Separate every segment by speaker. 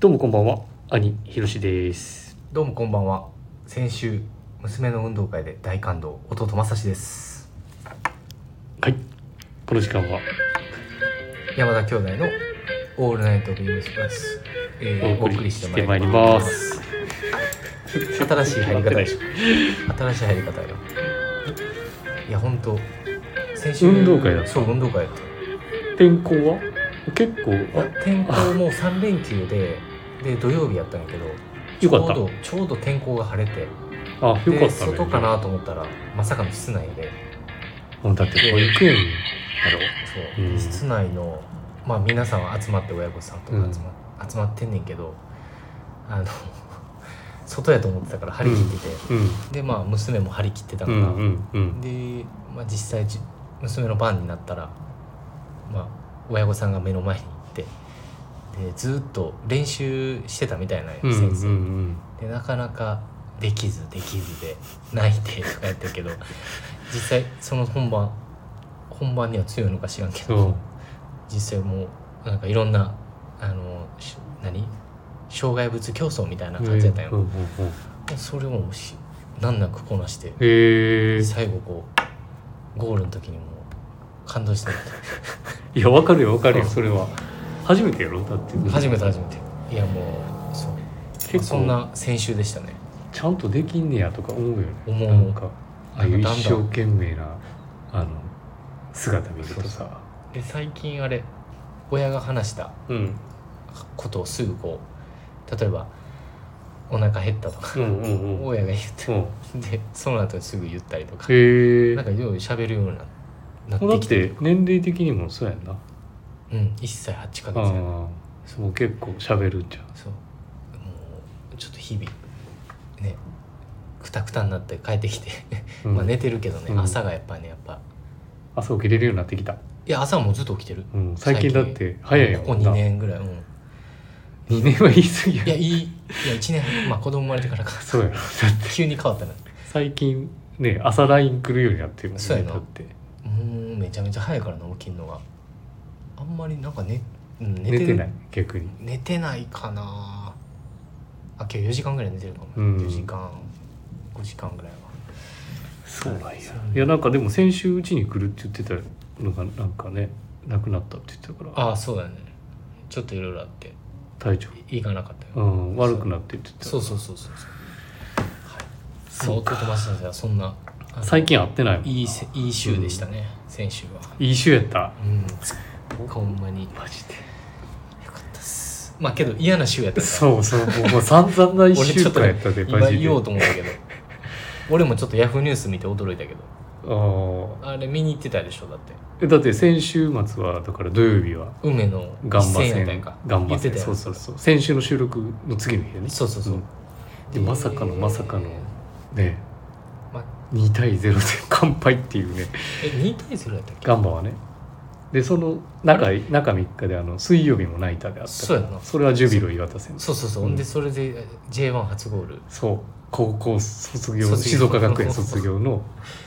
Speaker 1: どうもこんばんは兄ひろしです
Speaker 2: どうもこんばんは先週娘の運動会で大感動弟正志です
Speaker 1: はいこの時間は
Speaker 2: 山田兄弟のオールナイトビームスプラス、えー、
Speaker 1: お
Speaker 2: お
Speaker 1: 送り
Speaker 2: 送りしてまいります新しい入り方でしょ新しい入り方よいや本当先週
Speaker 1: 運動会だった
Speaker 2: そう運動会だっ
Speaker 1: 天候は結構
Speaker 2: たいや天候もう3連休でで土曜日やったんやけど
Speaker 1: よかった
Speaker 2: ちょうどちょうど天候が晴れて
Speaker 1: ああよかったね
Speaker 2: で外かなと思ったらまさかの室内で
Speaker 1: あだって保育園だ
Speaker 2: そう、
Speaker 1: うん
Speaker 2: 室内の、まあ、皆さんは集まって親御さんとか集ま,、集まってんねんけどあの 外やと思ってたから張り切ってて、
Speaker 1: ろうん
Speaker 2: でまあ娘も張り切ってた
Speaker 1: う
Speaker 2: から、
Speaker 1: んうんうん
Speaker 2: で、まあ、実際じ娘の番になったら、まあ、親御さんが目の前に行ってでずーっと練習してたみたいなんよ
Speaker 1: うんう
Speaker 2: 先
Speaker 1: ん
Speaker 2: 生、
Speaker 1: うん
Speaker 2: でなかなかできずできずで泣いてとかやってるけど実際その本番本番には強いのか知らんけど
Speaker 1: そう
Speaker 2: 実際もうなんかいろんなあのし何障害物競争みたいな感じやったんよ、
Speaker 1: うんうんうん
Speaker 2: それをもうし難なくこなして
Speaker 1: へえ
Speaker 2: 最後こうゴールの時にもう感動してもらっ
Speaker 1: いやわかるよわかるよ
Speaker 2: うん
Speaker 1: それは初めてやろだって
Speaker 2: た初めて初めていやもうそう、まあ
Speaker 1: 結
Speaker 2: そん
Speaker 1: 構
Speaker 2: な先週でしたね
Speaker 1: ちゃんとできんねやとか思うよね
Speaker 2: 思う
Speaker 1: なんかああいう
Speaker 2: なんかだん
Speaker 1: 一
Speaker 2: だん
Speaker 1: 生懸命なあの姿見るとさ
Speaker 2: で最近あれ親が話した
Speaker 1: うん
Speaker 2: ことをすぐこう例えばお腹減ったとか
Speaker 1: うんうんうん
Speaker 2: 親が言っ
Speaker 1: うん
Speaker 2: てでその後にすぐ言ったりとか
Speaker 1: へえ
Speaker 2: なんかよう喋るようになな
Speaker 1: だ
Speaker 2: っ
Speaker 1: って
Speaker 2: きて
Speaker 1: て年齢的にもそうやんな
Speaker 2: うん1歳8ヶ
Speaker 1: あ
Speaker 2: 月
Speaker 1: あそう結構喋るんじゃん
Speaker 2: そうもうちょっと日々ねくたくたになって帰ってきて
Speaker 1: うん
Speaker 2: まあ寝てるけどね、
Speaker 1: うん
Speaker 2: 朝がやっぱねやっぱ
Speaker 1: 朝起きれるようになってきた、
Speaker 2: いや朝はもうずっと起きてる
Speaker 1: うん、最近だって早いよ
Speaker 2: ここ2年ぐらいうん
Speaker 1: 2年は言い過ぎや
Speaker 2: いやいいいや1年まあ子供生まれてからか
Speaker 1: そうやろだって
Speaker 2: 急に変わったな
Speaker 1: 最近ね朝 LINE 来るようになってるもんね
Speaker 2: そうやな
Speaker 1: だって
Speaker 2: もうめちゃめちゃ早いからな起きんのがあんまりなんか寝うん寝
Speaker 1: 寝
Speaker 2: て
Speaker 1: て
Speaker 2: る
Speaker 1: ない逆に
Speaker 2: 寝てないかなあ今日4時間ぐらい寝てるかも、
Speaker 1: うん
Speaker 2: 4時間5時間ぐらいは
Speaker 1: そうなんや
Speaker 2: そう
Speaker 1: いやなんかでも先週うちに来るって言ってたのがなんかねなくなったって言ってたから
Speaker 2: ああそうだねちょっといろいろあって
Speaker 1: 体調
Speaker 2: いかなかったよ、
Speaker 1: うん悪くなってって言ってた
Speaker 2: そうそうそうそうそう
Speaker 1: そう
Speaker 2: 弟
Speaker 1: か
Speaker 2: マスターはそんなあの
Speaker 1: 最近会ってないもん
Speaker 2: いいせいい週でしたね、先週は
Speaker 1: 一週やった
Speaker 2: うんほんまによ
Speaker 1: マジで
Speaker 2: かったっすまあけど嫌な週やったから
Speaker 1: そうそうもうもう散々な一
Speaker 2: 俺ち
Speaker 1: 週
Speaker 2: ょっと
Speaker 1: 間やったで
Speaker 2: 今言おう
Speaker 1: で
Speaker 2: と思ったけど俺もちょっとヤフーニュース見て驚いたけど
Speaker 1: あ
Speaker 2: あれ見に行ってたでしょだって
Speaker 1: あだって先週末はだから土曜日は
Speaker 2: 梅の
Speaker 1: ガンバ
Speaker 2: 一戦やったん
Speaker 1: 戦
Speaker 2: やか
Speaker 1: ガンバ
Speaker 2: 言って
Speaker 1: 戦
Speaker 2: たよ
Speaker 1: そうそうそう先週の収録の次の日やね
Speaker 2: そうそうそう、
Speaker 1: んでまさかのまさかのね
Speaker 2: ま、
Speaker 1: 2対0で 完敗っていうね
Speaker 2: え2対0やったっけ
Speaker 1: ガンバはねでその中中3日であの水曜日もナイターであったから
Speaker 2: そうやな
Speaker 1: それはジュビロ磐田戦
Speaker 2: そうそうそう、
Speaker 1: うん
Speaker 2: でそれで J1 初ゴール
Speaker 1: そう高校卒業
Speaker 2: 卒業
Speaker 1: 静岡学園卒業の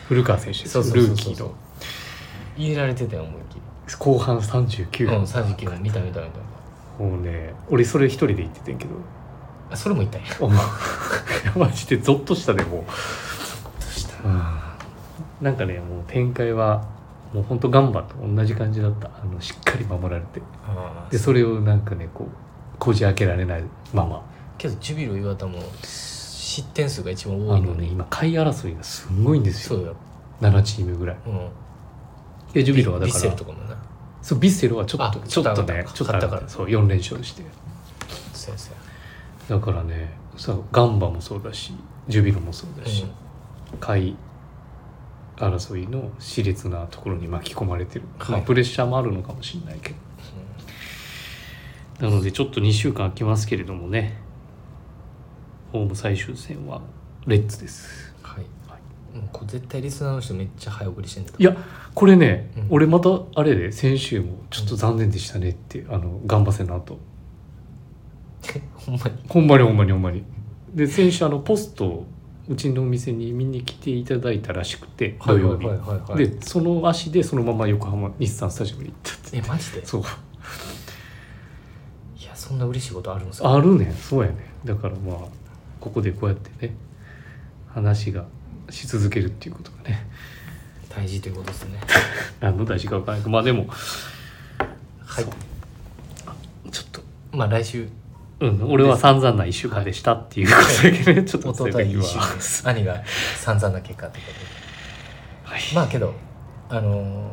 Speaker 1: 古川選手です
Speaker 2: そうそうそうそ
Speaker 1: ル
Speaker 2: う
Speaker 1: ーキーの
Speaker 2: 入れられてたよ思いっきり
Speaker 1: 後半
Speaker 2: う
Speaker 1: 39
Speaker 2: ん
Speaker 1: 分、
Speaker 2: 39分見た見た見た見
Speaker 1: もうね俺それ一人で行っててんけど
Speaker 2: たあそれもいたんや
Speaker 1: お前マジでゾッとしたでもう
Speaker 2: した
Speaker 1: うんなんかねもう展開はもうほんとガンバと同じ感じだったあのしっかり守られて
Speaker 2: あー
Speaker 1: でそれをなんかねこうこじ開けられないまま
Speaker 2: けどジュビロ磐田も失点数が一番
Speaker 1: あ
Speaker 2: 多いの
Speaker 1: の
Speaker 2: に
Speaker 1: ね今下位争いがすんごいんです
Speaker 2: そ
Speaker 1: よ
Speaker 2: うよ、
Speaker 1: 7チームぐらい
Speaker 2: うん、
Speaker 1: でジュビロはだ
Speaker 2: ビ
Speaker 1: か
Speaker 2: ッセル
Speaker 1: ら
Speaker 2: とかもな
Speaker 1: そうビッセルはちょっと
Speaker 2: あ
Speaker 1: ちょっとねち
Speaker 2: ち
Speaker 1: ょ
Speaker 2: ょ
Speaker 1: っ
Speaker 2: っ
Speaker 1: と上がっ
Speaker 2: と上がったた
Speaker 1: からそう4連勝して
Speaker 2: そうやそう
Speaker 1: だからねさガンバもそうだしジュビロもそうだし
Speaker 2: や、
Speaker 1: 下位争いの熾烈なところに巻き込まれてる、ま
Speaker 2: は
Speaker 1: あ、
Speaker 2: い
Speaker 1: プレッシャーもあるのかもしれないけどなのでちょっと2週間空きますけれどもねホーム最終戦はレッツです
Speaker 2: うんはい、
Speaker 1: は
Speaker 2: もうこれ絶対リスナーの人めっちゃ早送りしてんだ
Speaker 1: いやこれね、
Speaker 2: うん
Speaker 1: 俺またあれで先週もちょっと残念でしたねってあの頑張せの後
Speaker 2: ほんまに
Speaker 1: ほんまにほんまにほんまにで先週あのポストをうちのお店に見に来ていただいたらしくて土曜日、
Speaker 2: はいはいはいはい、
Speaker 1: でその足でそのまま横浜日産スタジアムに行ったって
Speaker 2: えマジで
Speaker 1: そう
Speaker 2: いやそんな嬉しいことあるんですか
Speaker 1: あるねんそうやねんだからまあここでこうやってね話がし続けるっていうことがね
Speaker 2: 大事ということですね
Speaker 1: 何の大事か分からないけどまあでも
Speaker 2: はい
Speaker 1: そうちょっと、
Speaker 2: まあ来週
Speaker 1: うん、俺は散々な1週間でしたっていうことだけね、ちょっと
Speaker 2: 一
Speaker 1: そう
Speaker 2: 昨
Speaker 1: いう
Speaker 2: 日
Speaker 1: 時
Speaker 2: 一
Speaker 1: は
Speaker 2: 週間です兄が散々な結果というこ
Speaker 1: はい
Speaker 2: とでまあけどあの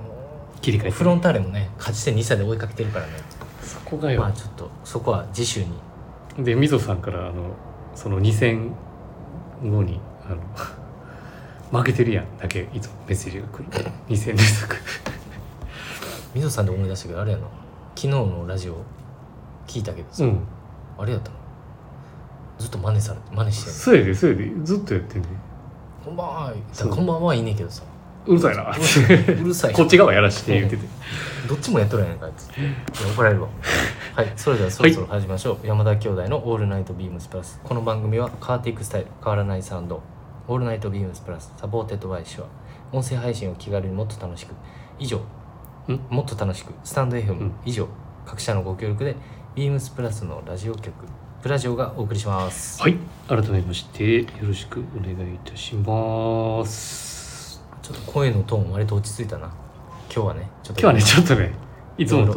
Speaker 1: 切り替え
Speaker 2: ー
Speaker 1: て
Speaker 2: フロンターレもね勝ち点2差で追いかけてるからね
Speaker 1: そこがよ、
Speaker 2: まあちょっとそこは次週に
Speaker 1: でみぞさんからあのその2戦後にあの 負けてるやんだけいつもメッセージが来る2戦連続
Speaker 2: 水野さんで思い出したけどあれやな昨日のラジオ聞いたけどさ、
Speaker 1: うん
Speaker 2: あれやったのずっと真似されて真似して
Speaker 1: そうやでそうやでずっとやってんね
Speaker 2: 「こんばんは」言った
Speaker 1: そう
Speaker 2: らこんばんは」いいねんけどさ
Speaker 1: うるさいな
Speaker 2: うるさいうるさい
Speaker 1: こっち側やらして言ってて
Speaker 2: どっちもやっとるやんかあいついや怒られるわはいそれではそろそろ始めましょう、山田兄弟の「オールナイトビームスプラス」この番組は変わっていくスタイル変わらないサウンド「オールナイトビームスプラス」サポーテッドバイシュア音声配信を気軽にもっと楽しく以上もっと楽しくスタンド FM、
Speaker 1: うん
Speaker 2: 以上各社のご協力でビームスプラスのラジオ局プラジオがお送りします、
Speaker 1: はい改めましてよろしくお願いいたします
Speaker 2: ちょっと声のトーン割と落ち着いたな今日はねちょっ
Speaker 1: 今日はねちょっとねいつもと
Speaker 2: い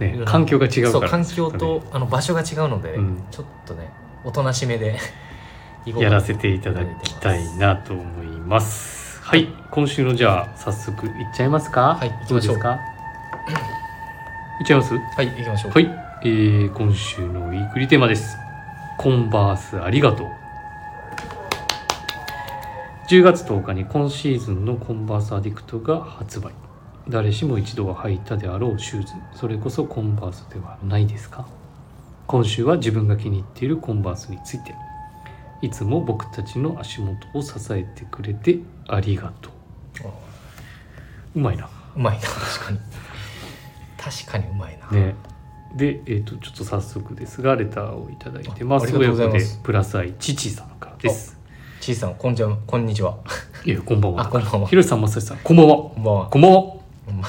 Speaker 2: ろい
Speaker 1: ね
Speaker 2: ろ
Speaker 1: 環境が違う
Speaker 2: そ
Speaker 1: か
Speaker 2: う
Speaker 1: ら
Speaker 2: 環境
Speaker 1: ちょ
Speaker 2: と、あの場所が違うので、
Speaker 1: うん
Speaker 2: ちょっとねおとなしめで 行
Speaker 1: っとねやら
Speaker 2: て
Speaker 1: せていただきたいなと思いますはい今週のじゃあ早速いっちゃいますか
Speaker 2: はい行
Speaker 1: ど
Speaker 2: き
Speaker 1: う
Speaker 2: ま
Speaker 1: で
Speaker 2: しょう
Speaker 1: すかいっちゃいます
Speaker 2: はい行きましょう
Speaker 1: はい、えー今週のウィークリーテーマです。コンバースありがとう。10月10日に今シーズンのコンバースアディクトが発売。誰しも一度は履いたであろうシューズ、それこそコンバースではないですか今週は自分が気に入っているコンバースについて。いつも僕たちの足元を支えてくれてありがと
Speaker 2: あ
Speaker 1: う。うまいな。
Speaker 2: うまいな確かに確かにうまいな、
Speaker 1: ね、で、えー、とちょっと早速ですがレターをいただいてます
Speaker 2: あありがとうございます
Speaker 1: 親子でプラスアイ父さんからです
Speaker 2: ちいさんこんじゃこんにちはい
Speaker 1: やこんばん
Speaker 2: あ
Speaker 1: は
Speaker 2: こんばんは
Speaker 1: ひろしさんまさしさんこんばんは
Speaker 2: こんばんは
Speaker 1: こんばんは
Speaker 2: ほんま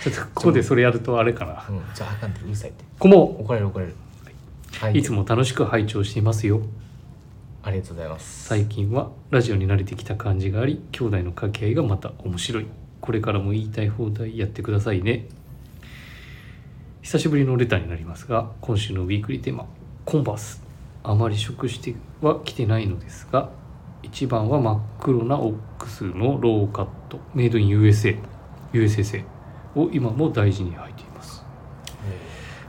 Speaker 1: ちょっとここでそれやるとあれかな
Speaker 2: うんじゃああかんってうるさいって
Speaker 1: こんばんは
Speaker 2: 怒られる怒られるはい
Speaker 1: いつも楽しく拝聴していますよ
Speaker 2: ありがとうございます
Speaker 1: 最近はラジオに慣れてきた感じがあり兄弟の掛け合いがまた面白いこれからも言いたい放題やってくださいね久しぶりのレターになりますが今週のウィークリーテーマ「コンバース」あまり食しては来てないのですが一番は真っ黒なオックスのローカットメイドイン USA USA 製を今も大事に履いています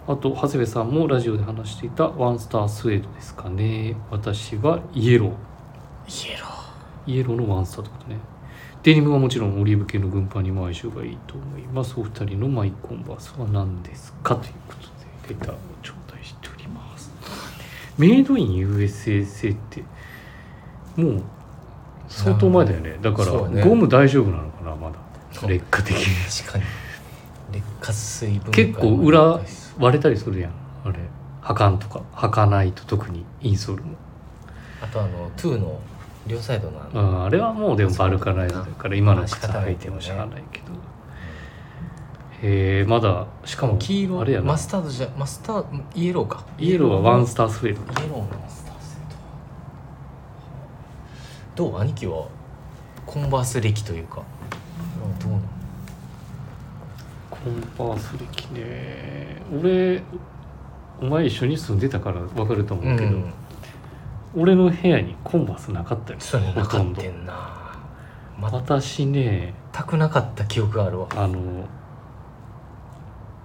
Speaker 1: あと長谷部さんもラジオで話していたワンスタースウェードですかね私はイエロー
Speaker 2: イエロー
Speaker 1: イエローのワンスターってことねデニムはもちろんオリーブ系の軍パンにも相性がいいと思いますお二人のマイコンバースは何ですかということでレターを頂戴しておりますメイドイン USA 製ってもう相当前だよねだから
Speaker 2: そうね
Speaker 1: ゴム大丈夫なのかなまだ
Speaker 2: そう
Speaker 1: 劣化的に
Speaker 2: 確かに劣化水分解
Speaker 1: 結構裏割れたりするやんあれ履かんとか履かないと特にインソールも
Speaker 2: あとあのトゥーの両サイドのあの
Speaker 1: ああれはもうでもバルカライズだから今の靴
Speaker 2: まあ仕方な
Speaker 1: 履
Speaker 2: い
Speaker 1: いてもしゃあないけど、
Speaker 2: う
Speaker 1: へえまだしかも
Speaker 2: ん黄色
Speaker 1: あれやな
Speaker 2: マスタードじゃマスターイエローか
Speaker 1: イエローはワン
Speaker 2: イ
Speaker 1: スタースウェード
Speaker 2: エローのマスターセットどう兄貴はコンバース歴というかどうなの
Speaker 1: コンバース歴ね俺お前一緒に住んでたから分かると思うけど、
Speaker 2: うん
Speaker 1: 俺の部屋にコンバースなかったよ
Speaker 2: そうやねな
Speaker 1: ほ
Speaker 2: か
Speaker 1: とん
Speaker 2: っ
Speaker 1: ど
Speaker 2: たんな
Speaker 1: 私ね
Speaker 2: 全くなかった記憶があるわ
Speaker 1: あの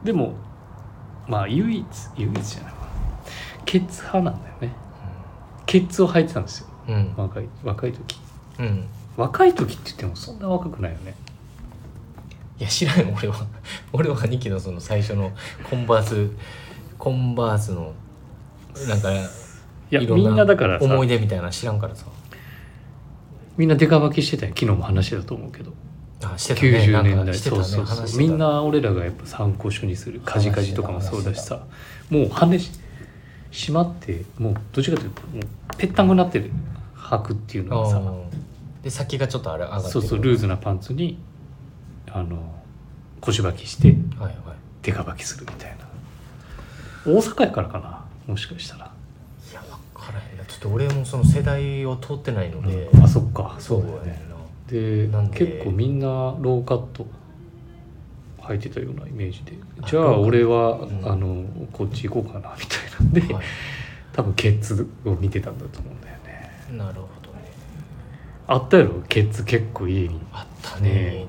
Speaker 1: でもまあ唯一唯一じゃないわケッツ派なんだよねケッツを履いてたんですよ
Speaker 2: うん
Speaker 1: 若い若い時
Speaker 2: うん、うん、
Speaker 1: 若い時って言ってもそんな若くないよね
Speaker 2: いや知らんよ俺は 俺は兄貴のその最初のコンバースコンバースのなんか
Speaker 1: いや
Speaker 2: ろ
Speaker 1: みんなだからさ
Speaker 2: 思い出みたいなの知らんからさ
Speaker 1: みんなデカ巻きしてたよ昨日も話だと思うけど
Speaker 2: あしてたね
Speaker 1: 90
Speaker 2: な
Speaker 1: 年
Speaker 2: んか
Speaker 1: 代
Speaker 2: して
Speaker 1: そう
Speaker 2: たね
Speaker 1: そう
Speaker 2: 話して
Speaker 1: そう
Speaker 2: た
Speaker 1: みんな俺らがやっぱ参考書にするカジカジとかもそうだしさもう羽ししまってもうどっちかというともうぺったんこになってる履くっていうのがさ
Speaker 2: うんで先がちょっとあれ上がってる
Speaker 1: そうそうルーズなパンツにあの腰履きして
Speaker 2: はいはい
Speaker 1: デカ履きするみたいな大阪やからかなもしかしたら、
Speaker 2: いや分からへんなちょっと俺もその世代を通ってないので、
Speaker 1: あそっか
Speaker 2: そう
Speaker 1: だよ
Speaker 2: やねんな
Speaker 1: で
Speaker 2: なんで
Speaker 1: 結構みんなローカット履いてたようなイメージで
Speaker 2: あ
Speaker 1: じゃあ
Speaker 2: ローカット
Speaker 1: 俺は、
Speaker 2: うん
Speaker 1: あのこっち行こうかなみたいなんで、
Speaker 2: はい
Speaker 1: 多分ケッツを見てたんだと思うんだよね
Speaker 2: なるほどね
Speaker 1: あったやろケッツ結構家に
Speaker 2: あった
Speaker 1: ね
Speaker 2: ね家にで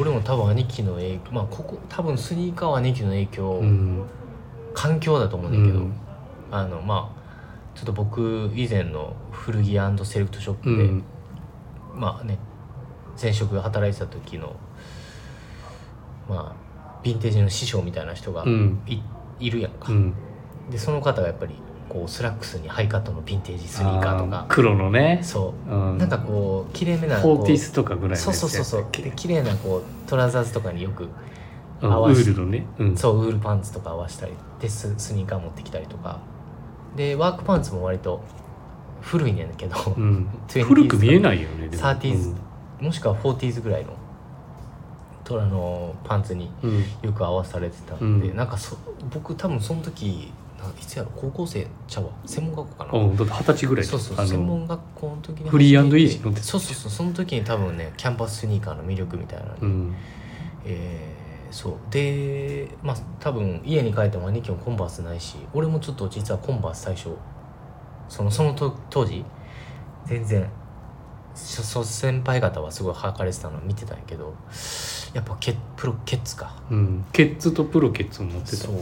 Speaker 2: 俺も多分兄貴の影響まあここ多分スニーカーは兄貴の影響、
Speaker 1: うん
Speaker 2: 環境だと思うんだけど、
Speaker 1: うん
Speaker 2: あのまあちょっと僕以前の古着セレクトショップ
Speaker 1: う
Speaker 2: で、
Speaker 1: ん
Speaker 2: まあね前職働いてた時のまあヴィンテージの師匠みたいな人が
Speaker 1: うん
Speaker 2: い,、るやんか、
Speaker 1: うん
Speaker 2: でその方がやっぱりこうスラックスにハイカットのヴィンテージスニーカーと
Speaker 1: あ
Speaker 2: か
Speaker 1: 黒のね、
Speaker 2: そうう、
Speaker 1: ん、
Speaker 2: なんかこう綺麗めな
Speaker 1: フォ
Speaker 2: こ
Speaker 1: ー
Speaker 2: う
Speaker 1: ティスとかぐらいのやつ
Speaker 2: そうそうそうそうで綺麗なこうトラウザーズとかによく
Speaker 1: うん
Speaker 2: 合
Speaker 1: ウ
Speaker 2: わせ
Speaker 1: ールのね、うん、
Speaker 2: そうウールパンツとか合わせたりでススニーカー持ってきたりとかでワークパンツも割と古いねんだけど、
Speaker 1: うん、
Speaker 2: 20s
Speaker 1: 古く見えないよねでも
Speaker 2: 30s もしくは 40s ぐらいのトラのパンツに
Speaker 1: うんうん
Speaker 2: よく合わされてたんで、
Speaker 1: うん
Speaker 2: なんかそ僕多分その時ないつやろ高校生ちゃうわ専門学校かな
Speaker 1: あ、だって二十歳ぐらい
Speaker 2: そうそう
Speaker 1: あ
Speaker 2: 専
Speaker 1: の
Speaker 2: 門学校の時に
Speaker 1: フリーアンドイージー
Speaker 2: そ
Speaker 1: 乗って
Speaker 2: う
Speaker 1: た
Speaker 2: そうそうその時に多分ねキャンパススニーカーの魅力みたいなのに、
Speaker 1: うん
Speaker 2: えーそうでまあ多分家に帰っても兄貴もコンバースないし俺もちょっと実はコンバース最初そのそのと当時全然そそ先輩方はすごい履かれてたの見てたんやけどやっぱケプロケッツか
Speaker 1: うん、ケッツとプロケッツを持ってた
Speaker 2: そう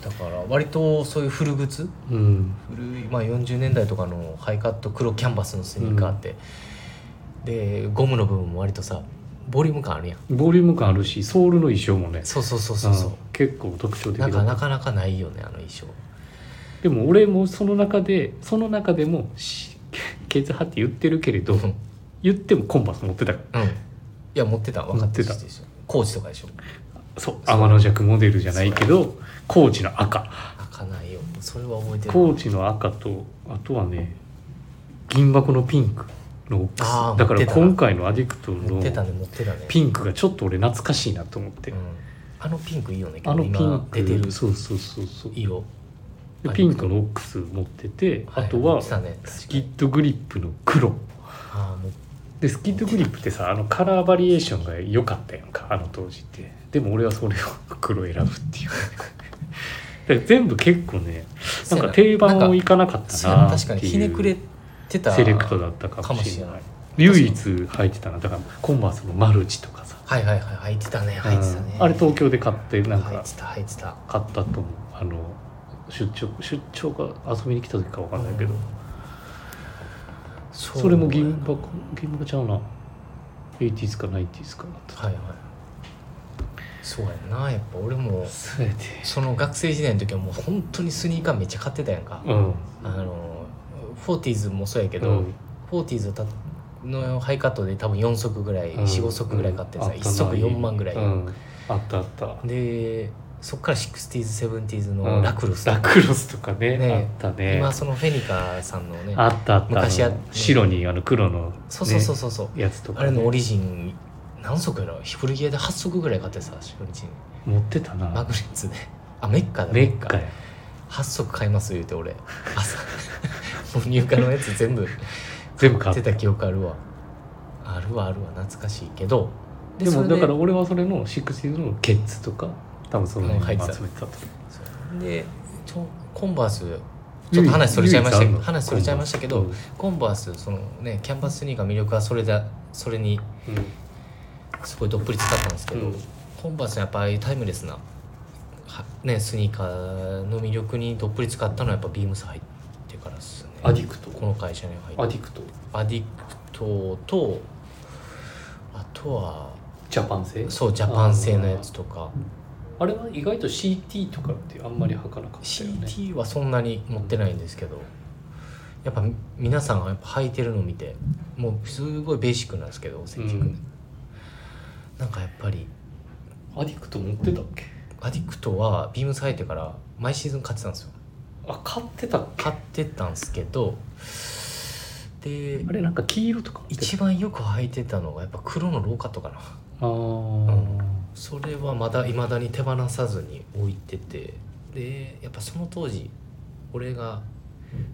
Speaker 2: だから割とそういう古靴
Speaker 1: うん
Speaker 2: 古い、まあ、40年代とかのハイカット黒キャンバスのスニーカーって、でゴムの部分も割とさボリューム感あるやん
Speaker 1: ボリューム感あるしソールの衣装もね
Speaker 2: そうそうそうそうそう
Speaker 1: うん結構特徴的だ
Speaker 2: な
Speaker 1: っ
Speaker 2: ん
Speaker 1: た
Speaker 2: かなかなかないよねあの衣装
Speaker 1: でも俺もその中でその中でもしケツ派って言ってるけれど、
Speaker 2: うん
Speaker 1: 言ってもコンバス持ってたか
Speaker 2: うんいや持ってた分かって
Speaker 1: 持
Speaker 2: た
Speaker 1: って
Speaker 2: コーチとかでしょ
Speaker 1: らそう天の弱モデルじゃないけどコーチの赤
Speaker 2: 開かないよそれは覚えてる
Speaker 1: コーチの赤とあとはね銀箱のピンクのオック
Speaker 2: あー
Speaker 1: スだから
Speaker 2: 持ってたな
Speaker 1: 今回のアディクト
Speaker 2: 持ってた
Speaker 1: の
Speaker 2: ね持ってたね
Speaker 1: ピンクがちょっと俺懐かしいなと思って、
Speaker 2: うん、あのピンクいいよね
Speaker 1: あのピン
Speaker 2: 今
Speaker 1: ク
Speaker 2: 出てる
Speaker 1: そうそうそうそう
Speaker 2: 色
Speaker 1: でピンクのオックス持ってて、
Speaker 2: い
Speaker 1: あとは
Speaker 2: 持ってたね
Speaker 1: スキッドグリップの黒
Speaker 2: ああもう
Speaker 1: でスキッドグリップってさあのカラーバリエーションが良かったやんかあの当時ってでも俺はそれを 黒選ぶっていうだから全部結構ねなんか定番をいかなかった
Speaker 2: そうや
Speaker 1: な
Speaker 2: な
Speaker 1: っ
Speaker 2: 確かに
Speaker 1: て
Speaker 2: ひねくれ
Speaker 1: いう
Speaker 2: てた
Speaker 1: セレクトだったか
Speaker 2: か
Speaker 1: も
Speaker 2: も
Speaker 1: し
Speaker 2: し
Speaker 1: れ
Speaker 2: れ
Speaker 1: な
Speaker 2: ないい
Speaker 1: 唯一履いてたなだからコンバースのマルチとかさ、
Speaker 2: はいはいはい履いてたね履いてたね
Speaker 1: うんあれ東京で買ってなん
Speaker 2: 履い
Speaker 1: か
Speaker 2: てた履いてた
Speaker 1: 買ったと思うあの出張出張か遊びに来た時か分かんないけど、
Speaker 2: うん
Speaker 1: それも
Speaker 2: うやな
Speaker 1: 銀箱銀箱ちゃうな 80s か 90s かなと
Speaker 2: はいはいそうやなやっぱ俺も
Speaker 1: そうやて
Speaker 2: その学生時代の時はもう本当にスニーカーめっちゃ買ってたやんか、
Speaker 1: うん
Speaker 2: あのフォーティーズもそうやけど、
Speaker 1: うん
Speaker 2: フォーティーズたのハイカットで多分4足ぐらい、
Speaker 1: うん
Speaker 2: 45足ぐらい買ってさ、
Speaker 1: うんあ
Speaker 2: 1
Speaker 1: たな
Speaker 2: 足4万ぐらい、
Speaker 1: うんあったあった
Speaker 2: でそっから 60s70s
Speaker 1: う
Speaker 2: の
Speaker 1: ん
Speaker 2: ラクロスと
Speaker 1: ラ
Speaker 2: か、
Speaker 1: クロスとかね
Speaker 2: ね
Speaker 1: あったね
Speaker 2: 今そのフェニカさんのね
Speaker 1: あったあった
Speaker 2: 昔あ
Speaker 1: あの白にあの黒の、ね、
Speaker 2: そうそうそうそうそう、
Speaker 1: やつとか
Speaker 2: あ
Speaker 1: ね、
Speaker 2: れのオリジン何足やろ古着屋で8足ぐらい買ってさ初日に
Speaker 1: 持ってた
Speaker 2: マ
Speaker 1: な
Speaker 2: グネッツであメッカだ
Speaker 1: メッカや
Speaker 2: 8足買います言うて俺朝もう入荷のやつ全部
Speaker 1: 全部買
Speaker 2: 買っ
Speaker 1: ってた
Speaker 2: た記憶あるわあるわあるわ懐かしいけど
Speaker 1: でも
Speaker 2: それ
Speaker 1: だから俺はそれの60のケッツとか多分その辺に
Speaker 2: うん入ってた
Speaker 1: 集めてたと思う
Speaker 2: そうでちょコンバースちょっと話それちゃいましたけど話それちゃいましたけど、コンバースそのねキャンバススニーカーの魅力はそれだそれに
Speaker 1: うんうん
Speaker 2: すごいどっぷり使ったんですけど、
Speaker 1: うん
Speaker 2: コンバースのやっぱああいうタイムレスなはねスニーカーの魅力にどっぷり使ったのはやっぱビームス入ってからですね
Speaker 1: アディクト
Speaker 2: この会社に入って
Speaker 1: アディクト
Speaker 2: アディクトとあとは
Speaker 1: ジャパン製
Speaker 2: そうジャパン製のやつとか
Speaker 1: あれは意外と CT とかってあんまり履かなかったよね
Speaker 2: CT はそんなに持ってないんですけどやっぱ皆さんがやっぱ履いてるのを見てもうすごいベーシックなんですけどセンチックで、
Speaker 1: うん
Speaker 2: なんかやっぱり
Speaker 1: アディクト持ってたっけ
Speaker 2: アディクトはビームス入ってから毎シーズン買ってたんですよ
Speaker 1: あ買ってたっけ
Speaker 2: 買ってたんですけどで
Speaker 1: あれなんか黄色とか持ってた
Speaker 2: 一番よく履いてたのがやっぱ黒のローカットかな
Speaker 1: あー
Speaker 2: それはまだいまだに手放さずに置いててでやっぱその当時俺が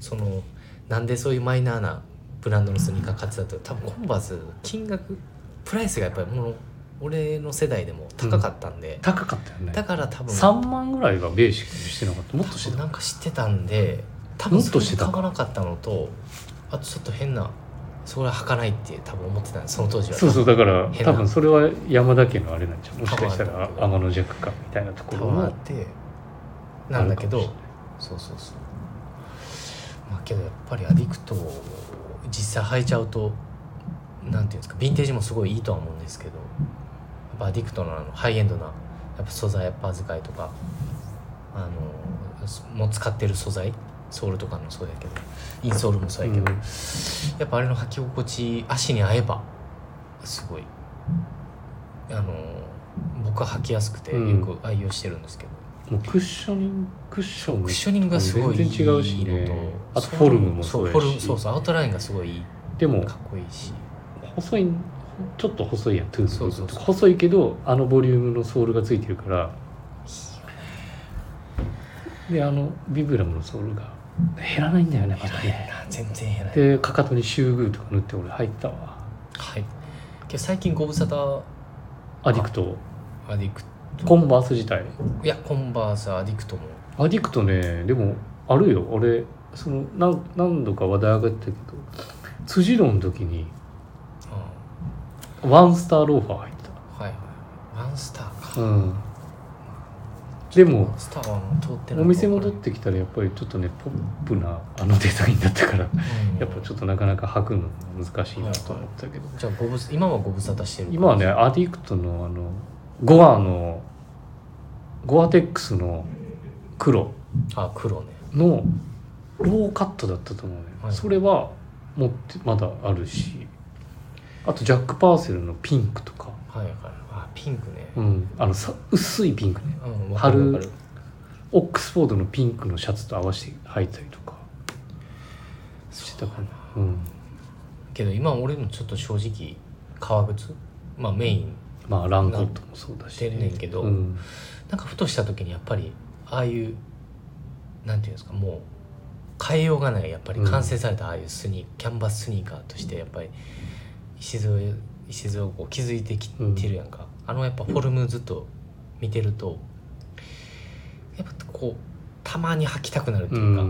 Speaker 2: そのなんでそういうマイナーなブランドのスニーカー買ってたと多分コンバース金額プライスがやっぱりもう俺の世代でも高かったんで、
Speaker 1: 高かったよね
Speaker 2: だから多分
Speaker 1: 3万ぐらいがベーシックにしてなかったもっとしてた
Speaker 2: なんか知ってたんで多
Speaker 1: も
Speaker 2: 分
Speaker 1: っ
Speaker 2: そ
Speaker 1: と
Speaker 2: れ
Speaker 1: して
Speaker 2: に
Speaker 1: た
Speaker 2: 買
Speaker 1: か
Speaker 2: わなかったのとあとちょっと変なそこら履かないって多分思ってたんですその当時は
Speaker 1: そうそうだから
Speaker 2: 変な
Speaker 1: 多分それは山田家のあれなんじゃんもしかした
Speaker 2: 多分あ
Speaker 1: ら
Speaker 2: ると思う
Speaker 1: 天の弱かみたいなとこ
Speaker 2: 多
Speaker 1: ろ
Speaker 2: 分あっ
Speaker 1: も
Speaker 2: てなんだけど
Speaker 1: あるか
Speaker 2: そうそうそうまあけどやっぱりアディクトを実際履いちゃうとなんていうんですかヴィンテージもすごいいいとは思うんですけどやっぱアディクトのあのハイエンドなやっぱ素材やっぱ扱いとかあのもう使ってる素材ソールとかもそうやけどインソールもそうやけど、
Speaker 1: うん
Speaker 2: やっぱあれの履き心地足に合えばすごいあの僕は履きやすくて
Speaker 1: うん
Speaker 2: よく愛用してるんですけど、
Speaker 1: もうクッショニングクッション
Speaker 2: クッショニングがすごい
Speaker 1: 全然違うしね
Speaker 2: いいのと
Speaker 1: あとフォルムも
Speaker 2: そ
Speaker 1: そうう
Speaker 2: フ
Speaker 1: や
Speaker 2: ォルム
Speaker 1: し
Speaker 2: そうそうアウトラインがすごい
Speaker 1: でも
Speaker 2: かっこいいし
Speaker 1: 細いちょっと細いやんトゥース
Speaker 2: そうそうそう
Speaker 1: 細いけどあのボリュームのソールがついてるからであのビブラムのソールが減らないんだよねまたね
Speaker 2: 全然減らない
Speaker 1: でかかとにシューグーとか塗って俺入ったわ
Speaker 2: はいけど最近ご無沙汰
Speaker 1: アディクト
Speaker 2: アディクト
Speaker 1: コンバース自体
Speaker 2: いやコンバースアディクトも
Speaker 1: アディクトねでもあるよ俺その何何度か話題上がってたけど辻堂の時に
Speaker 2: あ
Speaker 1: ワンスターローファー入って
Speaker 2: あはいはいワンスターか
Speaker 1: たうんでも
Speaker 2: ワンスターはもう通ってない
Speaker 1: お店戻ってきたらやっぱりちょっとねポップなあのデザインだったからやっぱちょっとなかなか履くの難しいなと思ったけど
Speaker 2: じゃあご無今はご無沙汰してる
Speaker 1: 今はねアディクトのあのゴアのゴアテックスの黒
Speaker 2: あ黒ね
Speaker 1: のローカットだったと思うね、
Speaker 2: はい
Speaker 1: それは持ってまだあるしあとジャック・パーセルのピンクとか、
Speaker 2: はいはいあピンクね
Speaker 1: うん、あのさ薄いピンクね
Speaker 2: うんわかるわかる
Speaker 1: オックスフォードのピンクのシャツと合わせて履いたりとかしてたかなうん
Speaker 2: けど今俺もちょっと正直革靴まあメイン
Speaker 1: まあランコットもそうだし、
Speaker 2: してんねんけど、
Speaker 1: うん、
Speaker 2: なんかふとした時にやっぱりああいうなんていうんですかもう変えようがないやっぱり
Speaker 1: うん
Speaker 2: 完成されたああいうスニー、キャンバススニーカーとしてやっぱり礎礎をこう築いてきてるやんか、あのやっぱフォルムずっと見てるとやっぱこうたまに履きたくなるって
Speaker 1: う
Speaker 2: い
Speaker 1: ん
Speaker 2: う
Speaker 1: う
Speaker 2: か、
Speaker 1: ん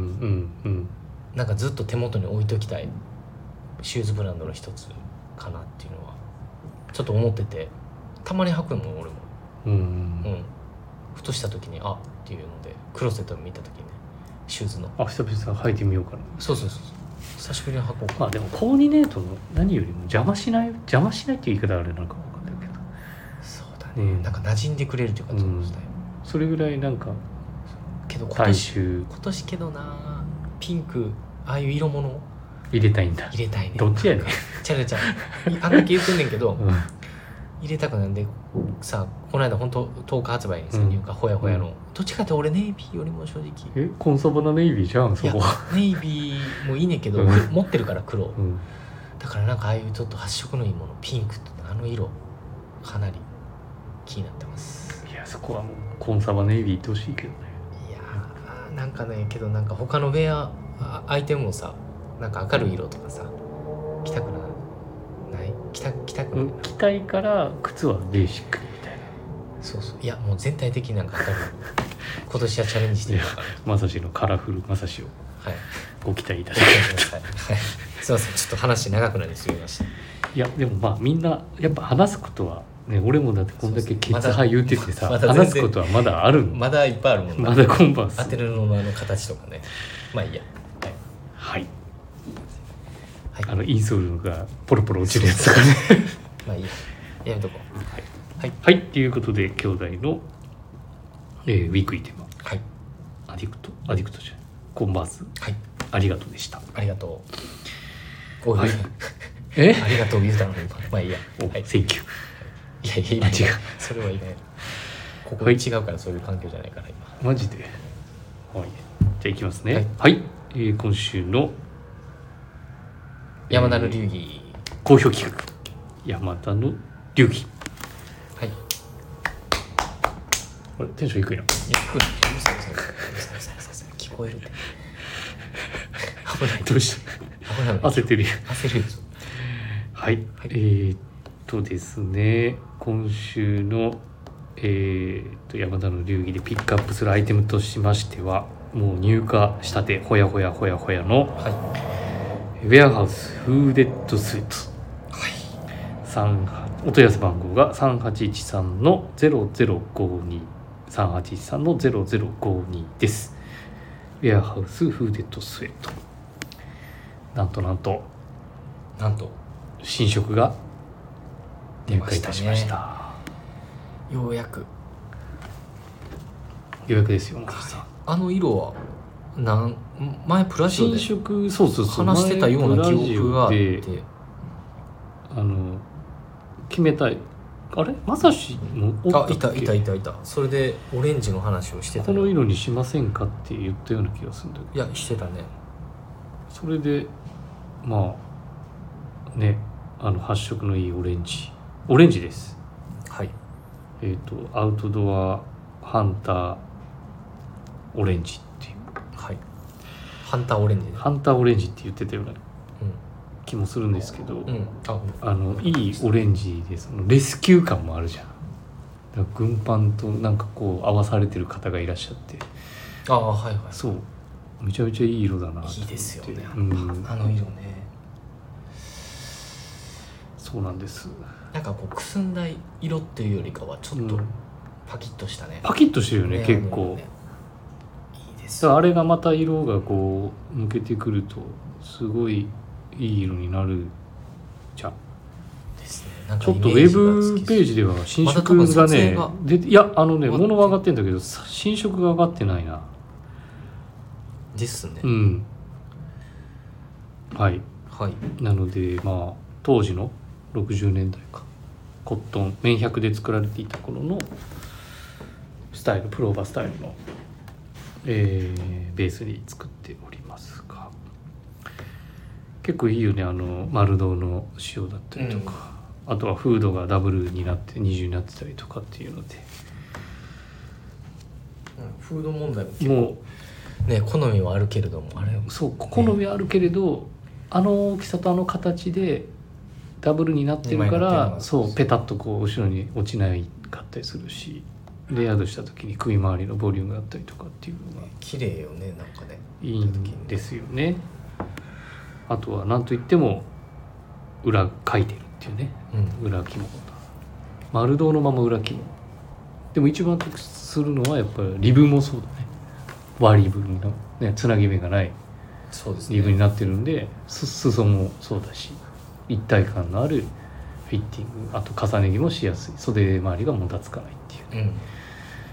Speaker 1: うん
Speaker 2: なんかずっと手元に置いときたいシューズブランドの一つかなっていうのはちょっと思っててたまに履くのも俺も。
Speaker 1: うんうん
Speaker 2: うん、ふとした時にあっていうのでクローゼットを見た時にねシューズの
Speaker 1: あ久々履いてみようかな
Speaker 2: そうそうそうそう久しぶりに履こうか
Speaker 1: まあでもコーディネートの何よりも邪魔しない邪魔しないっていう言い方はあれなのか分かんないけど
Speaker 2: そうだ
Speaker 1: ねえ
Speaker 2: なんか馴染んでくれるというか、
Speaker 1: うん
Speaker 2: そのスタイル
Speaker 1: それぐらいなんか
Speaker 2: けど今
Speaker 1: 大
Speaker 2: 年
Speaker 1: 衆
Speaker 2: 今年けどなピンクああいう色物
Speaker 1: 入れたいんだ
Speaker 2: 入れたいね
Speaker 1: どっちやねん
Speaker 2: ちゃらちゃあんだけ言ってんねんけど
Speaker 1: うん
Speaker 2: 入れたくなんでさこの間本当10日発売にさ
Speaker 1: うん
Speaker 2: 入荷ほやほやの、
Speaker 1: うん
Speaker 2: どっちかって俺ネイビーよりも正直
Speaker 1: えコンサバナネイビーじゃんそこは、
Speaker 2: ネイビーもいいねんけど、
Speaker 1: うん
Speaker 2: 持ってるから黒
Speaker 1: うん、
Speaker 2: だからなんかああいうちょっと発色のいいものピンクってあの色かなり気になってます
Speaker 1: いやそこはもうコンサバネイビーいってほしいけどね
Speaker 2: いやーなんかねけどなんか他のウェアあアイテムもさなんか明るい色とかさ着たくなない着た着たく
Speaker 1: う
Speaker 2: ない、
Speaker 1: ん着たいから靴はベーシックみたいな
Speaker 2: そうそういやもう全体的になんか明るい今年はチャレンジしてみようかな
Speaker 1: まさしのカラフルまさしを
Speaker 2: はい
Speaker 1: ご期待いただ
Speaker 2: ご
Speaker 1: き
Speaker 2: 検討くださいはいすいませんちょっと話長くなりすぎました
Speaker 1: いやでもまあみんなやっぱ話すことはね俺もだってこんだけケツ
Speaker 2: そうそうまだ
Speaker 1: 派言うててさ、
Speaker 2: まだ全然
Speaker 1: 話すことはまだあるの
Speaker 2: まだいっぱいあるもんな
Speaker 1: まだコンバー
Speaker 2: アテ
Speaker 1: ス
Speaker 2: ルノのあの形とかねまあいいやはい
Speaker 1: はい
Speaker 2: はい
Speaker 1: あのインソールがポロポロ落ちるやつとか ね
Speaker 2: まあいいややめとこう
Speaker 1: はいということで兄弟の、えーウィークイーテーマ
Speaker 2: はい
Speaker 1: アディクトアディクトじゃないコンバース
Speaker 2: はい
Speaker 1: ありがとうでした
Speaker 2: ありがとう。おい、
Speaker 1: はいえ
Speaker 2: ありがとう言うたのに、まあいいや。
Speaker 1: お、
Speaker 2: はい、
Speaker 1: センキュー
Speaker 2: いやいやい
Speaker 1: あ
Speaker 2: や、
Speaker 1: 違う
Speaker 2: それはいない。ここ
Speaker 1: はい
Speaker 2: 違うから、そういう環境じゃないから、今。
Speaker 1: マジではいじゃあいきますね
Speaker 2: は
Speaker 1: はいい、えー今週の
Speaker 2: 山田の流儀。
Speaker 1: 好評企画山田の流儀
Speaker 2: はい。
Speaker 1: あれテンション低いな
Speaker 2: ゆっくり。超えるって危ない
Speaker 1: どうした
Speaker 2: 危ない
Speaker 1: 焦ってるよ
Speaker 2: 焦るよ
Speaker 1: はい、
Speaker 2: はい
Speaker 1: えーっとですね今週の、えーっと山田の流儀でピックアップするアイテムとしましてはもう入荷したてほやほやほやほやの
Speaker 2: は
Speaker 1: ウェアハウスフーデッドスーツ、はい、お問い合わせ番号が3813の0052381の0052ですウェアハウスフーデッドスウェットなんとなんと
Speaker 2: いなんと
Speaker 1: 新色が
Speaker 2: 出
Speaker 1: 入
Speaker 2: ま
Speaker 1: 荷い
Speaker 2: した
Speaker 1: た
Speaker 2: ね
Speaker 1: しました
Speaker 2: ようやく
Speaker 1: 予約ですよ松下さん
Speaker 2: あの色はなん前プラジオ
Speaker 1: 新
Speaker 2: で
Speaker 1: 色そうそうそう
Speaker 2: 話してたような記憶があっ
Speaker 1: 前
Speaker 2: て
Speaker 1: ブラジオであの決めたいあれまさしもおった
Speaker 2: あ
Speaker 1: っけ
Speaker 2: いたいたいたいたそれでオレンジの話をしてた
Speaker 1: こ
Speaker 2: よ
Speaker 1: の色にしませんかって言ったような気がするんだけど
Speaker 2: いやしてたね
Speaker 1: それでまあねあの発色のいいオレンジオレンジです
Speaker 2: はい
Speaker 1: えっ、とアウトドアハンターオレンジっていう
Speaker 2: はいハンターオレンジね
Speaker 1: ハンターオレンジって言ってたような
Speaker 2: う
Speaker 1: 気もするんですけど、
Speaker 2: んうんあ
Speaker 1: あのいいオレンジでそのレスキュー感もあるじゃんだから軍パンとなんかこう合わされてる方がいらっしゃって
Speaker 2: ああはいは
Speaker 1: そうめちゃめちゃいい色だなと思って
Speaker 2: いいいですよね
Speaker 1: うん、
Speaker 2: あの色ね
Speaker 1: そうなんです
Speaker 2: なんかこうくすんだ色っていうよりかはちょっ
Speaker 1: う
Speaker 2: と
Speaker 1: ん
Speaker 2: パキッとしたね、
Speaker 1: パキッとしてるよね
Speaker 2: ね
Speaker 1: 結構、
Speaker 2: ねいいです
Speaker 1: だから
Speaker 2: よ
Speaker 1: あれがまた色がこう抜けてくるとすごいいい色になるじゃん
Speaker 2: ですねなん
Speaker 1: ち
Speaker 2: か
Speaker 1: ょっ
Speaker 2: イメ
Speaker 1: とウェ
Speaker 2: ージが好
Speaker 1: ブ
Speaker 2: き
Speaker 1: ページでは新色
Speaker 2: まだ多分
Speaker 1: が
Speaker 2: 撮影
Speaker 1: ね
Speaker 2: が
Speaker 1: 出ていやあのね
Speaker 2: 終わって
Speaker 1: 物は上がってんだけどさ新色が上がってないな
Speaker 2: ですね、
Speaker 1: うんはい
Speaker 2: はい
Speaker 1: なのでまあ当時の60年代かコットン綿100で作られていた頃のスタイルプローバースタイルの、えーベースに作っておりますが結構いいよねあの丸胴の塩だったりとか、あとはフードがダブルになって二重になってたりとかっていうので
Speaker 2: うんフード問題も
Speaker 1: も
Speaker 2: ね好みはあるけれどもあれ
Speaker 1: うそう好みはあるけれど、あの大きさとあの形でダブルになってるか
Speaker 2: 二枚になってるの
Speaker 1: ら
Speaker 2: が
Speaker 1: そうペタッとこう後ろに落ちないかったりするしレイヤードした時に首周りのボリュームだったりとかっていうのが
Speaker 2: 綺麗よねなんかね
Speaker 1: いいんですよね。あとは何といっても裏書いてるっていうね
Speaker 2: うん
Speaker 1: 裏着物丸胴のまま裏着物でも一番得するのはやっぱりリブもそうだね割り分の、ね、つなぎ目がない
Speaker 2: そうですね
Speaker 1: リブになってるんです裾もそうだし一体感のあるフィッティングあと重ね着もしやすい袖周りがもたつかないっていうね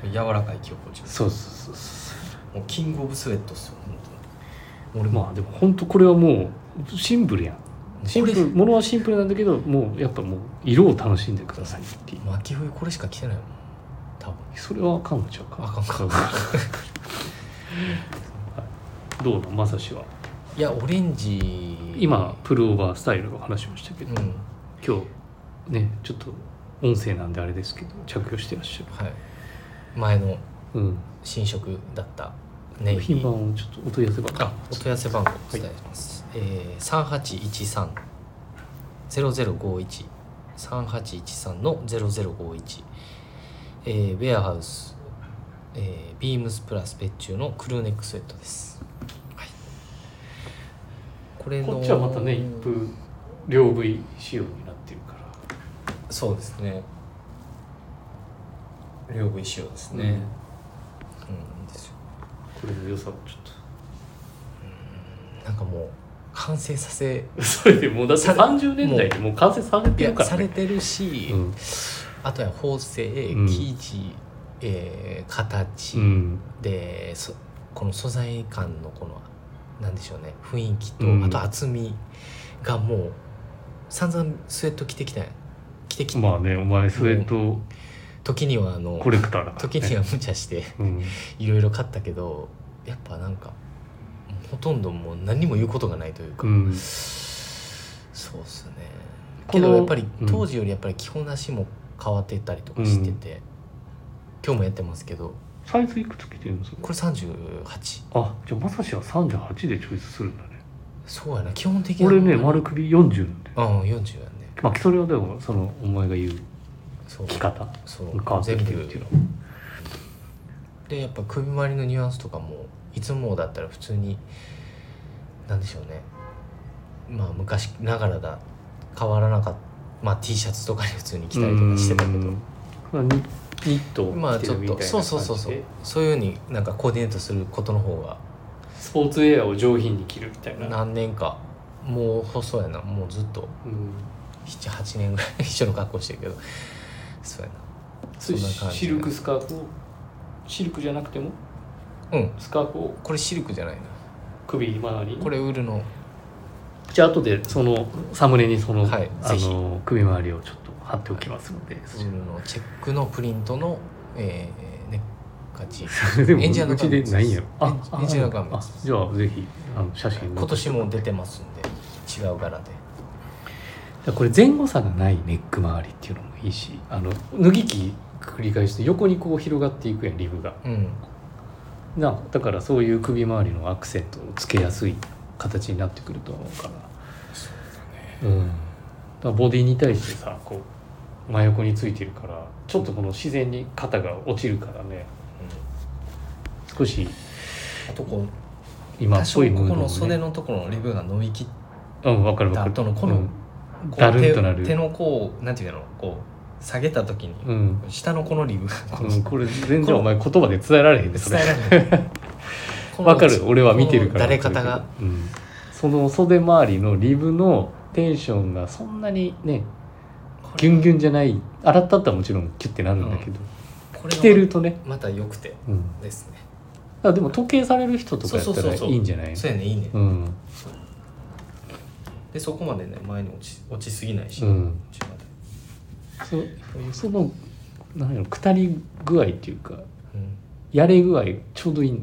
Speaker 2: うん柔らかい記憶を
Speaker 1: そうそうそうそ
Speaker 2: もうキングオブスウェットっすよ本当に俺
Speaker 1: うまあでも本当これはもうシンプルやんシンプル
Speaker 2: こ
Speaker 1: ものはシンプルなんだけどもうやっぱもう色を楽しんでくださいっていう
Speaker 2: れ巻き冬これしか着てないもん多分
Speaker 1: それはあかんのちゃうか
Speaker 2: あかんか
Speaker 1: はいどうだまさしはい
Speaker 2: やオレンジ
Speaker 1: 今プルオーバースタイルの話しましたけ
Speaker 2: う
Speaker 1: ど
Speaker 2: ん
Speaker 1: 今日ねちょっと音声なんであれですけど着用してらっしゃ
Speaker 2: はい前の
Speaker 1: るうん
Speaker 2: 新色だったネイビ
Speaker 1: 品
Speaker 2: ー
Speaker 1: 番をちょっとお問い合わせ番
Speaker 2: あお問い合わせ番号お伝えします、えー、3813-0051 3813の0051、えー、ウェアハウス、えー、ビームスプラス別注のクルーネックスウェットです、はい、これの
Speaker 1: こっちはまたね一風両部位仕様になってるから
Speaker 2: そうですね両部一緒ですね、
Speaker 1: ね
Speaker 2: うん、いいですよ
Speaker 1: これの良さをちょ
Speaker 2: なんかもう完成させ
Speaker 1: っと それでもうだって30年代でもう完成され
Speaker 2: い
Speaker 1: てる
Speaker 2: や
Speaker 1: から
Speaker 2: され
Speaker 1: ね
Speaker 2: てるし、
Speaker 1: うん
Speaker 2: あとは縫製
Speaker 1: ん
Speaker 2: 生地、えー形、
Speaker 1: うん
Speaker 2: でそこの素材感のこのなんでしょうね雰囲気と、
Speaker 1: うん
Speaker 2: あと厚みがもう散々スウェット着てきたやん着てきた、
Speaker 1: まあねお前スウェット
Speaker 2: 時にはあの
Speaker 1: コレクターだから、ね、
Speaker 2: 時には無茶して
Speaker 1: うん
Speaker 2: いろいろ買ったけどやっぱなんかほとんどもう何も言うことがないというか、
Speaker 1: うん
Speaker 2: そうっすね
Speaker 1: こ
Speaker 2: け
Speaker 1: の
Speaker 2: どやっぱり
Speaker 1: うん
Speaker 2: 当時よりやっぱり着こなしも変わっていったりとかしてて、今日もやってますけど
Speaker 1: サイズいくつ着てるんです
Speaker 2: これ38
Speaker 1: あじゃあまさしは38でチョイスするんだね
Speaker 2: そうやな基本的に
Speaker 1: 俺ね丸首40なんで
Speaker 2: うん40やんね
Speaker 1: まあそれはでもそのお前が言う
Speaker 2: そう
Speaker 1: 着方
Speaker 2: そ
Speaker 1: 変わ
Speaker 2: う
Speaker 1: って
Speaker 2: 全
Speaker 1: きて
Speaker 2: 部
Speaker 1: るっていうの
Speaker 2: でやっぱ首周りのニュアンスとかもいつもだったら普通になんでしょうねまあ昔ながらだ変わらなかった、まあ、T シャツとかに普通に着たりとかしてたけど
Speaker 1: うんまあニニット
Speaker 2: ま
Speaker 1: を
Speaker 2: あ
Speaker 1: 着て
Speaker 2: ちょ
Speaker 1: る
Speaker 2: っ
Speaker 1: みたいな感
Speaker 2: と
Speaker 1: じで
Speaker 2: そうそうそうそうそういうふうになんかコーディネートすることの方が
Speaker 1: スポーツウェアを上品に着るみたいな
Speaker 2: 何年かもう細やなもうずっと
Speaker 1: うん、
Speaker 2: 78年ぐらい一緒の格好してるけどそうや
Speaker 1: そういう
Speaker 2: そんな感じ
Speaker 1: シルクスカーフをシルクじゃなくても
Speaker 2: なうん
Speaker 1: スカーフを
Speaker 2: これシルクじゃないな
Speaker 1: 首周りに
Speaker 2: これウールの
Speaker 1: じゃあ後でそのサムネにその、
Speaker 2: はい
Speaker 1: あ
Speaker 2: ぜひ
Speaker 1: の首周りをちょっと貼っておきますので、
Speaker 2: ウールのチェックのプリントの、えー、ネッカチ
Speaker 1: でも
Speaker 2: エンジニアの
Speaker 1: うちでないんやろ
Speaker 2: エンエンジニアのガーメンツ
Speaker 1: あじゃあぜひあの写真
Speaker 2: 今年も出てますんで違う柄で
Speaker 1: だからこれ前後差がないネック周りっていうのもいいしあの脱ぎ着繰り返して横にこう広がっていくやんリブが
Speaker 2: うん
Speaker 1: なだからそういう首周りのアクセントをつけやすい形になってくると思うからそうだねうんだからボディに対してさこう真横についてるからちょっとこの自然に肩が落ちるからね少し
Speaker 2: あとこう
Speaker 1: 今
Speaker 2: 多
Speaker 1: っぽ
Speaker 2: 少
Speaker 1: いム
Speaker 2: こ
Speaker 1: ー
Speaker 2: こ
Speaker 1: ド
Speaker 2: の
Speaker 1: を
Speaker 2: 袖
Speaker 1: ね
Speaker 2: のところのリブが伸びきっ
Speaker 1: うん分かる分
Speaker 2: た
Speaker 1: かる
Speaker 2: 後のこの、こう
Speaker 1: だるんとなる
Speaker 2: 手手のこうなんていうのこう下げた時に、
Speaker 1: うん、うん
Speaker 2: 下のこのリブがこう
Speaker 1: うん、これ全
Speaker 2: こ
Speaker 1: 然
Speaker 2: の
Speaker 1: お前言葉で伝えられへんでそ
Speaker 2: 伝
Speaker 1: れ
Speaker 2: えられないこの
Speaker 1: わかる俺は見てるから
Speaker 2: この誰方が、
Speaker 1: うん、その袖周りのリブのテンションがそんなにねギュンギュンじゃない洗ったったらもちろんキュッてなるんだけど、
Speaker 2: これ
Speaker 1: 着
Speaker 2: が
Speaker 1: てるとね、
Speaker 2: また良くて
Speaker 1: うん、
Speaker 2: ですね
Speaker 1: あでも時計される人とかやった
Speaker 2: そう
Speaker 1: ら
Speaker 2: そうそうそう
Speaker 1: いいんじゃない
Speaker 2: そうやねいいね、
Speaker 1: うん
Speaker 2: でそこまでね前に落ち落ちすぎないし、
Speaker 1: うん
Speaker 2: こっちまで
Speaker 1: そその何やろ下り具合っていうか
Speaker 2: うん
Speaker 1: やれ具合ちょうどいい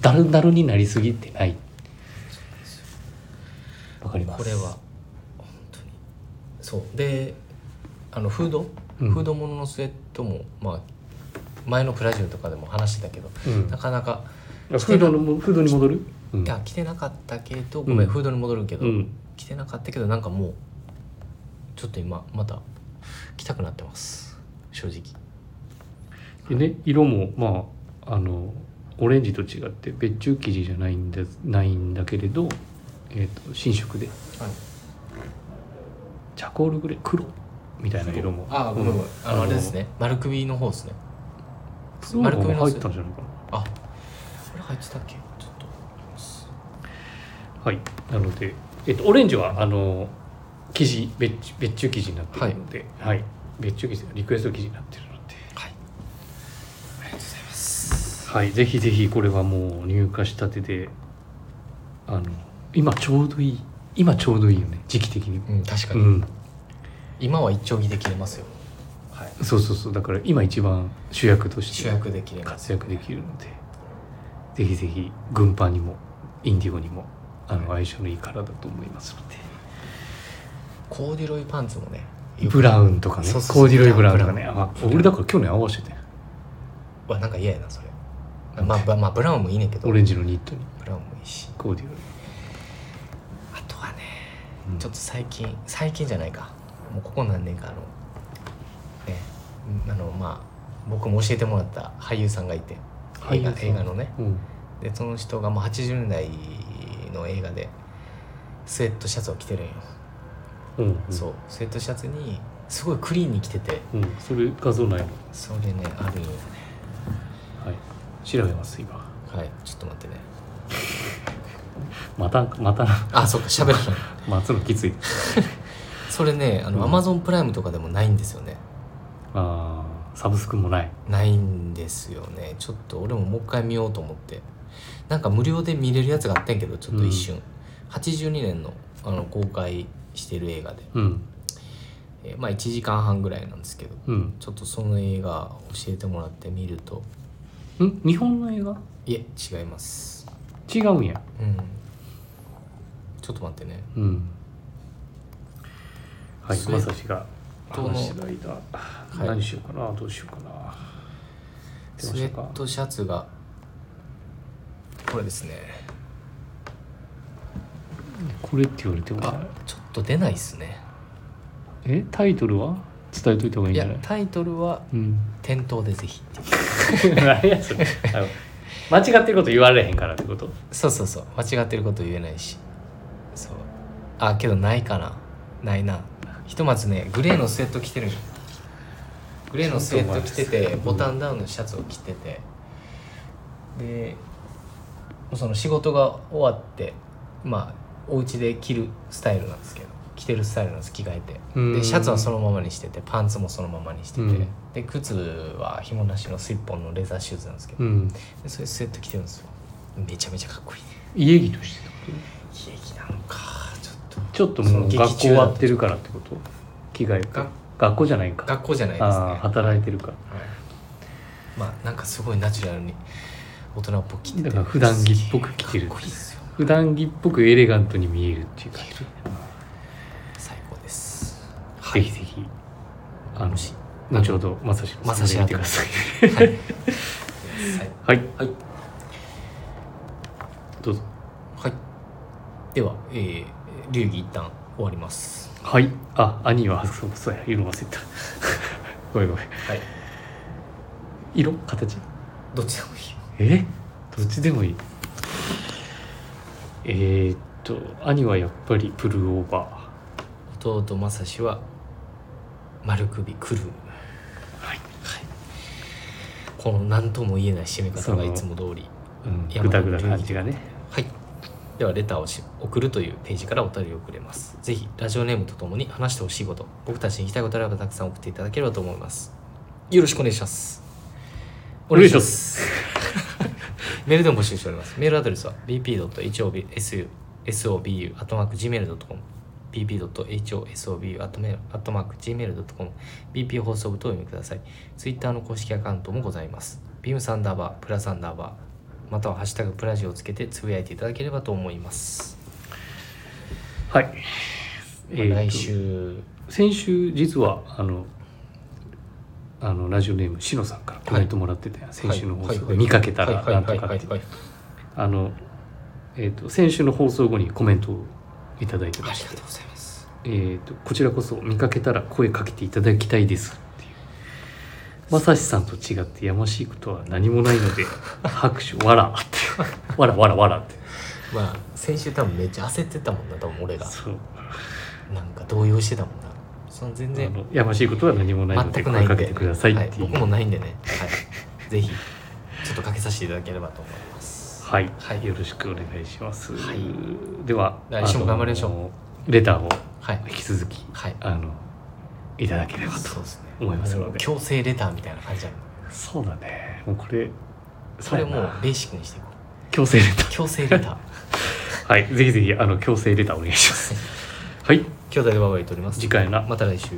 Speaker 1: だるだるになりすぎてないわかります
Speaker 2: これは本当にそうであのフード、
Speaker 1: うん
Speaker 2: フードもののスウェットもまあ前のプラジオとかでも話してたけど
Speaker 1: うん
Speaker 2: なかなか、
Speaker 1: フードのもフードに戻る、うん
Speaker 2: いや着てなかったけどごめん、
Speaker 1: うん
Speaker 2: フードに戻るけど、
Speaker 1: うん、
Speaker 2: 着てなかったけどなんかもうちょっと今また着たくなってます正直
Speaker 1: でね色もまああのオレンジと違って別注生地じゃないんだないんだけれど、えー、と新色でチャコールグレー黒みたいな色も
Speaker 2: あごめんごめんあのあれですね丸首の方ですね
Speaker 1: うん
Speaker 2: 丸首
Speaker 1: 黒
Speaker 2: の
Speaker 1: も入ったんじゃないか
Speaker 2: あこれ入ってたっけちょっと見ます
Speaker 1: なはいなので、えー、とオレンジはあの生地別注別注生地になってるので、はい別注生地リクエスト生地になってるので
Speaker 2: はいありがとうございます
Speaker 1: はい、ぜひぜひこれはもう入荷したてであの今ちょうどいい今ちょうどいいよね時期的に
Speaker 2: うん確か
Speaker 1: う
Speaker 2: に、
Speaker 1: ん
Speaker 2: 今は一丁着で切れますよはい
Speaker 1: そうそうそうだから今一番主役とし
Speaker 2: 主
Speaker 1: て
Speaker 2: 役で切れます
Speaker 1: 活躍できるのでぜひぜひ軍パンにもインディゴにもあの相性のいいカラーだと思いますので
Speaker 2: コーデュロイパンツもね
Speaker 1: ブラウンとかね
Speaker 2: そうそうそう
Speaker 1: コーディロイブラウンとかね
Speaker 2: ブラウン
Speaker 1: あ俺だから去年合わせてたよ
Speaker 2: わなんか嫌やなそれまあまあ、まあ、ブラウンもいいねんけど
Speaker 1: オレンジのニットに
Speaker 2: ブラウンもいいし
Speaker 1: コーディロイ、
Speaker 2: あとはね
Speaker 1: うん
Speaker 2: ちょっと最近最近じゃないかもうここ何年かあのねうんあのまあ僕も教えてもらった俳優さんがいて映画
Speaker 1: 俳優さん
Speaker 2: 映画のね
Speaker 1: うん
Speaker 2: でその人がまあ80年代の映画でスウェットシャツを着てるんよ、
Speaker 1: うんうん
Speaker 2: そうスウェットシャツにすごいクリーンに着てて
Speaker 1: うん、それ画像ないの
Speaker 2: それねあるんよね
Speaker 1: はい調べます今
Speaker 2: はいちょっと待ってね
Speaker 1: またまたな
Speaker 2: あそっか喋らない
Speaker 1: 待つのきつい
Speaker 2: それねあの、
Speaker 1: うん
Speaker 2: Amazon プライムとかでもないんですよね
Speaker 1: あーサブスクもない
Speaker 2: ないんですよねちょっと俺ももう一回見ようと思ってなんか無料で見れるやつがあってんけどちょっと一瞬、82年のあの公開してる映画で、
Speaker 1: うん
Speaker 2: えーまあ1時間半ぐらいなんですけど
Speaker 1: うん
Speaker 2: ちょっとその映画教えてもらって見ると
Speaker 1: ん日本の映画
Speaker 2: いえ違います
Speaker 1: 違うんや
Speaker 2: うんちょっと待ってね
Speaker 1: うんはい
Speaker 2: スウェ
Speaker 1: ま
Speaker 2: ット
Speaker 1: さしが
Speaker 2: の
Speaker 1: 話してる間
Speaker 2: い
Speaker 1: 何しようかなどうしようかなってま
Speaker 2: スウ
Speaker 1: し
Speaker 2: ェ
Speaker 1: たか
Speaker 2: ットシャツがこれですね
Speaker 1: これって言われても
Speaker 2: あちょっと出ないですね
Speaker 1: えタイトルは伝えといた方がいい
Speaker 2: い
Speaker 1: んじゃ
Speaker 2: や
Speaker 1: ない
Speaker 2: タイトルは
Speaker 1: うん
Speaker 2: 「店頭でぜひ」っていう
Speaker 1: 何やそれあの間違ってること言われへんからってこと
Speaker 2: そうそうそう間違ってること言えないしそうあけどないかなないなひとまずねグレーのスウェット着てるグレーのスウェット着て
Speaker 1: ちょっ
Speaker 2: て
Speaker 1: と前です
Speaker 2: ボタンダウンのシャツを着ててでその仕事が終わってまあお家で着るスタイルなんですけど着てるスタイルなんです着替えて
Speaker 1: うん
Speaker 2: でシャツはそのままにしててパンツもそのままにしてて、
Speaker 1: うん
Speaker 2: で靴は紐なしのスイッポンのレザーシューズなんですけど、
Speaker 1: うん
Speaker 2: でそれスウェット着てるんですよめちゃめちゃかっこいいね
Speaker 1: 家着としてってこと
Speaker 2: 悲劇なのかちょっと
Speaker 1: ちょっともう
Speaker 2: そ
Speaker 1: 学
Speaker 2: の
Speaker 1: 校
Speaker 2: 劇中
Speaker 1: 終わってるからってこと着替え
Speaker 2: が
Speaker 1: て学校じゃないんか
Speaker 2: 学校じゃないですね
Speaker 1: ああ働いてるか
Speaker 2: はいまあなんかすごいナチュラルに大人っぽく着て
Speaker 1: だ
Speaker 2: て
Speaker 1: から普段着っぽく着てる
Speaker 2: かっこいいですよ
Speaker 1: 普段着っぽくエレガントに見えるっていう感じ、
Speaker 2: 最高です
Speaker 1: ぜひぜひあの
Speaker 2: もし
Speaker 1: 後ほどまさし
Speaker 2: まさし
Speaker 1: 見てください
Speaker 2: はい
Speaker 1: はい
Speaker 2: はい、
Speaker 1: どうぞ
Speaker 2: はい、では、えー、流儀一旦終わります
Speaker 1: はいあ兄はそうそうや色忘れた ごめんごめん
Speaker 2: はい
Speaker 1: 色形
Speaker 2: どっちでもいい
Speaker 1: えどっちでもいいえー、っと兄はやっぱりプルオーバ
Speaker 2: よ弟正志は丸首くる
Speaker 1: ーはい、
Speaker 2: この何とも言えない締め方がいつも通り
Speaker 1: うん、
Speaker 2: いや
Speaker 1: グダグダ感じがね
Speaker 2: はい。ではレターをし送るというページからお便りをくれます。ぜひラジオネームとともに話してほしいこと、僕たちに聞きたいことあればたくさん送っていただければと思います。よろしくお願いします。。
Speaker 1: お願いします
Speaker 2: メールでも募集しております。メールアドレスは bp.hosobu.gmail.com bp.hosobu.gmail.com bp 放送部とお読みください。ツイッターの公式アカウントもございます。ビームサンダーバー、プラサンダーバー、またはハッシュタグプラジをつけてつぶやいていただければと思います。
Speaker 1: はい、えーっと
Speaker 2: 来週、
Speaker 1: 先週実はあのあのラジオネームしのさんからコメントもらってたよ、先週の放送で見かけたらなんとかって
Speaker 2: はい
Speaker 1: あの、えー、と先週の放送後にコメントをいただいて
Speaker 2: あ
Speaker 1: ま
Speaker 2: り
Speaker 1: し
Speaker 2: が
Speaker 1: て
Speaker 2: とうございます。
Speaker 1: 「えー、とこちらこそ見かけたら声かけていただきたいです」っていう「まさしさんと違ってやましいことは何もないの で拍手わら」って「わらわらわら」って
Speaker 2: まあ先週多分めっちゃ焦ってたもんな多分俺が
Speaker 1: そう
Speaker 2: なんか動揺してたもんなその全
Speaker 1: あ
Speaker 2: 然
Speaker 1: のやましいことは何もないので
Speaker 2: 全くない
Speaker 1: 声
Speaker 2: んで
Speaker 1: かけてください
Speaker 2: は
Speaker 1: っていう、
Speaker 2: 僕もないんでね、はい、ぜひちょっとかけさせていただければと思います
Speaker 1: はい、
Speaker 2: はい
Speaker 1: よろしくお願いします。
Speaker 2: はい
Speaker 1: では、
Speaker 2: 来週も頑張りましょう
Speaker 1: あのレターを
Speaker 2: はい
Speaker 1: 引き続き、
Speaker 2: はい
Speaker 1: あのいただければと
Speaker 2: そうですね
Speaker 1: 思いますので
Speaker 2: 強制レターみたいな感じなの
Speaker 1: そうだね。もうこれ、
Speaker 2: それも
Speaker 1: そう
Speaker 2: う
Speaker 1: やな
Speaker 2: ベーシックにしていこ
Speaker 1: 強制レタ
Speaker 2: う強制レタ ー
Speaker 1: ー。はい、 ぜひぜひあの強制レターお願いします。はい、
Speaker 2: 兄弟でワイワイとります
Speaker 1: 次回な。
Speaker 2: また来週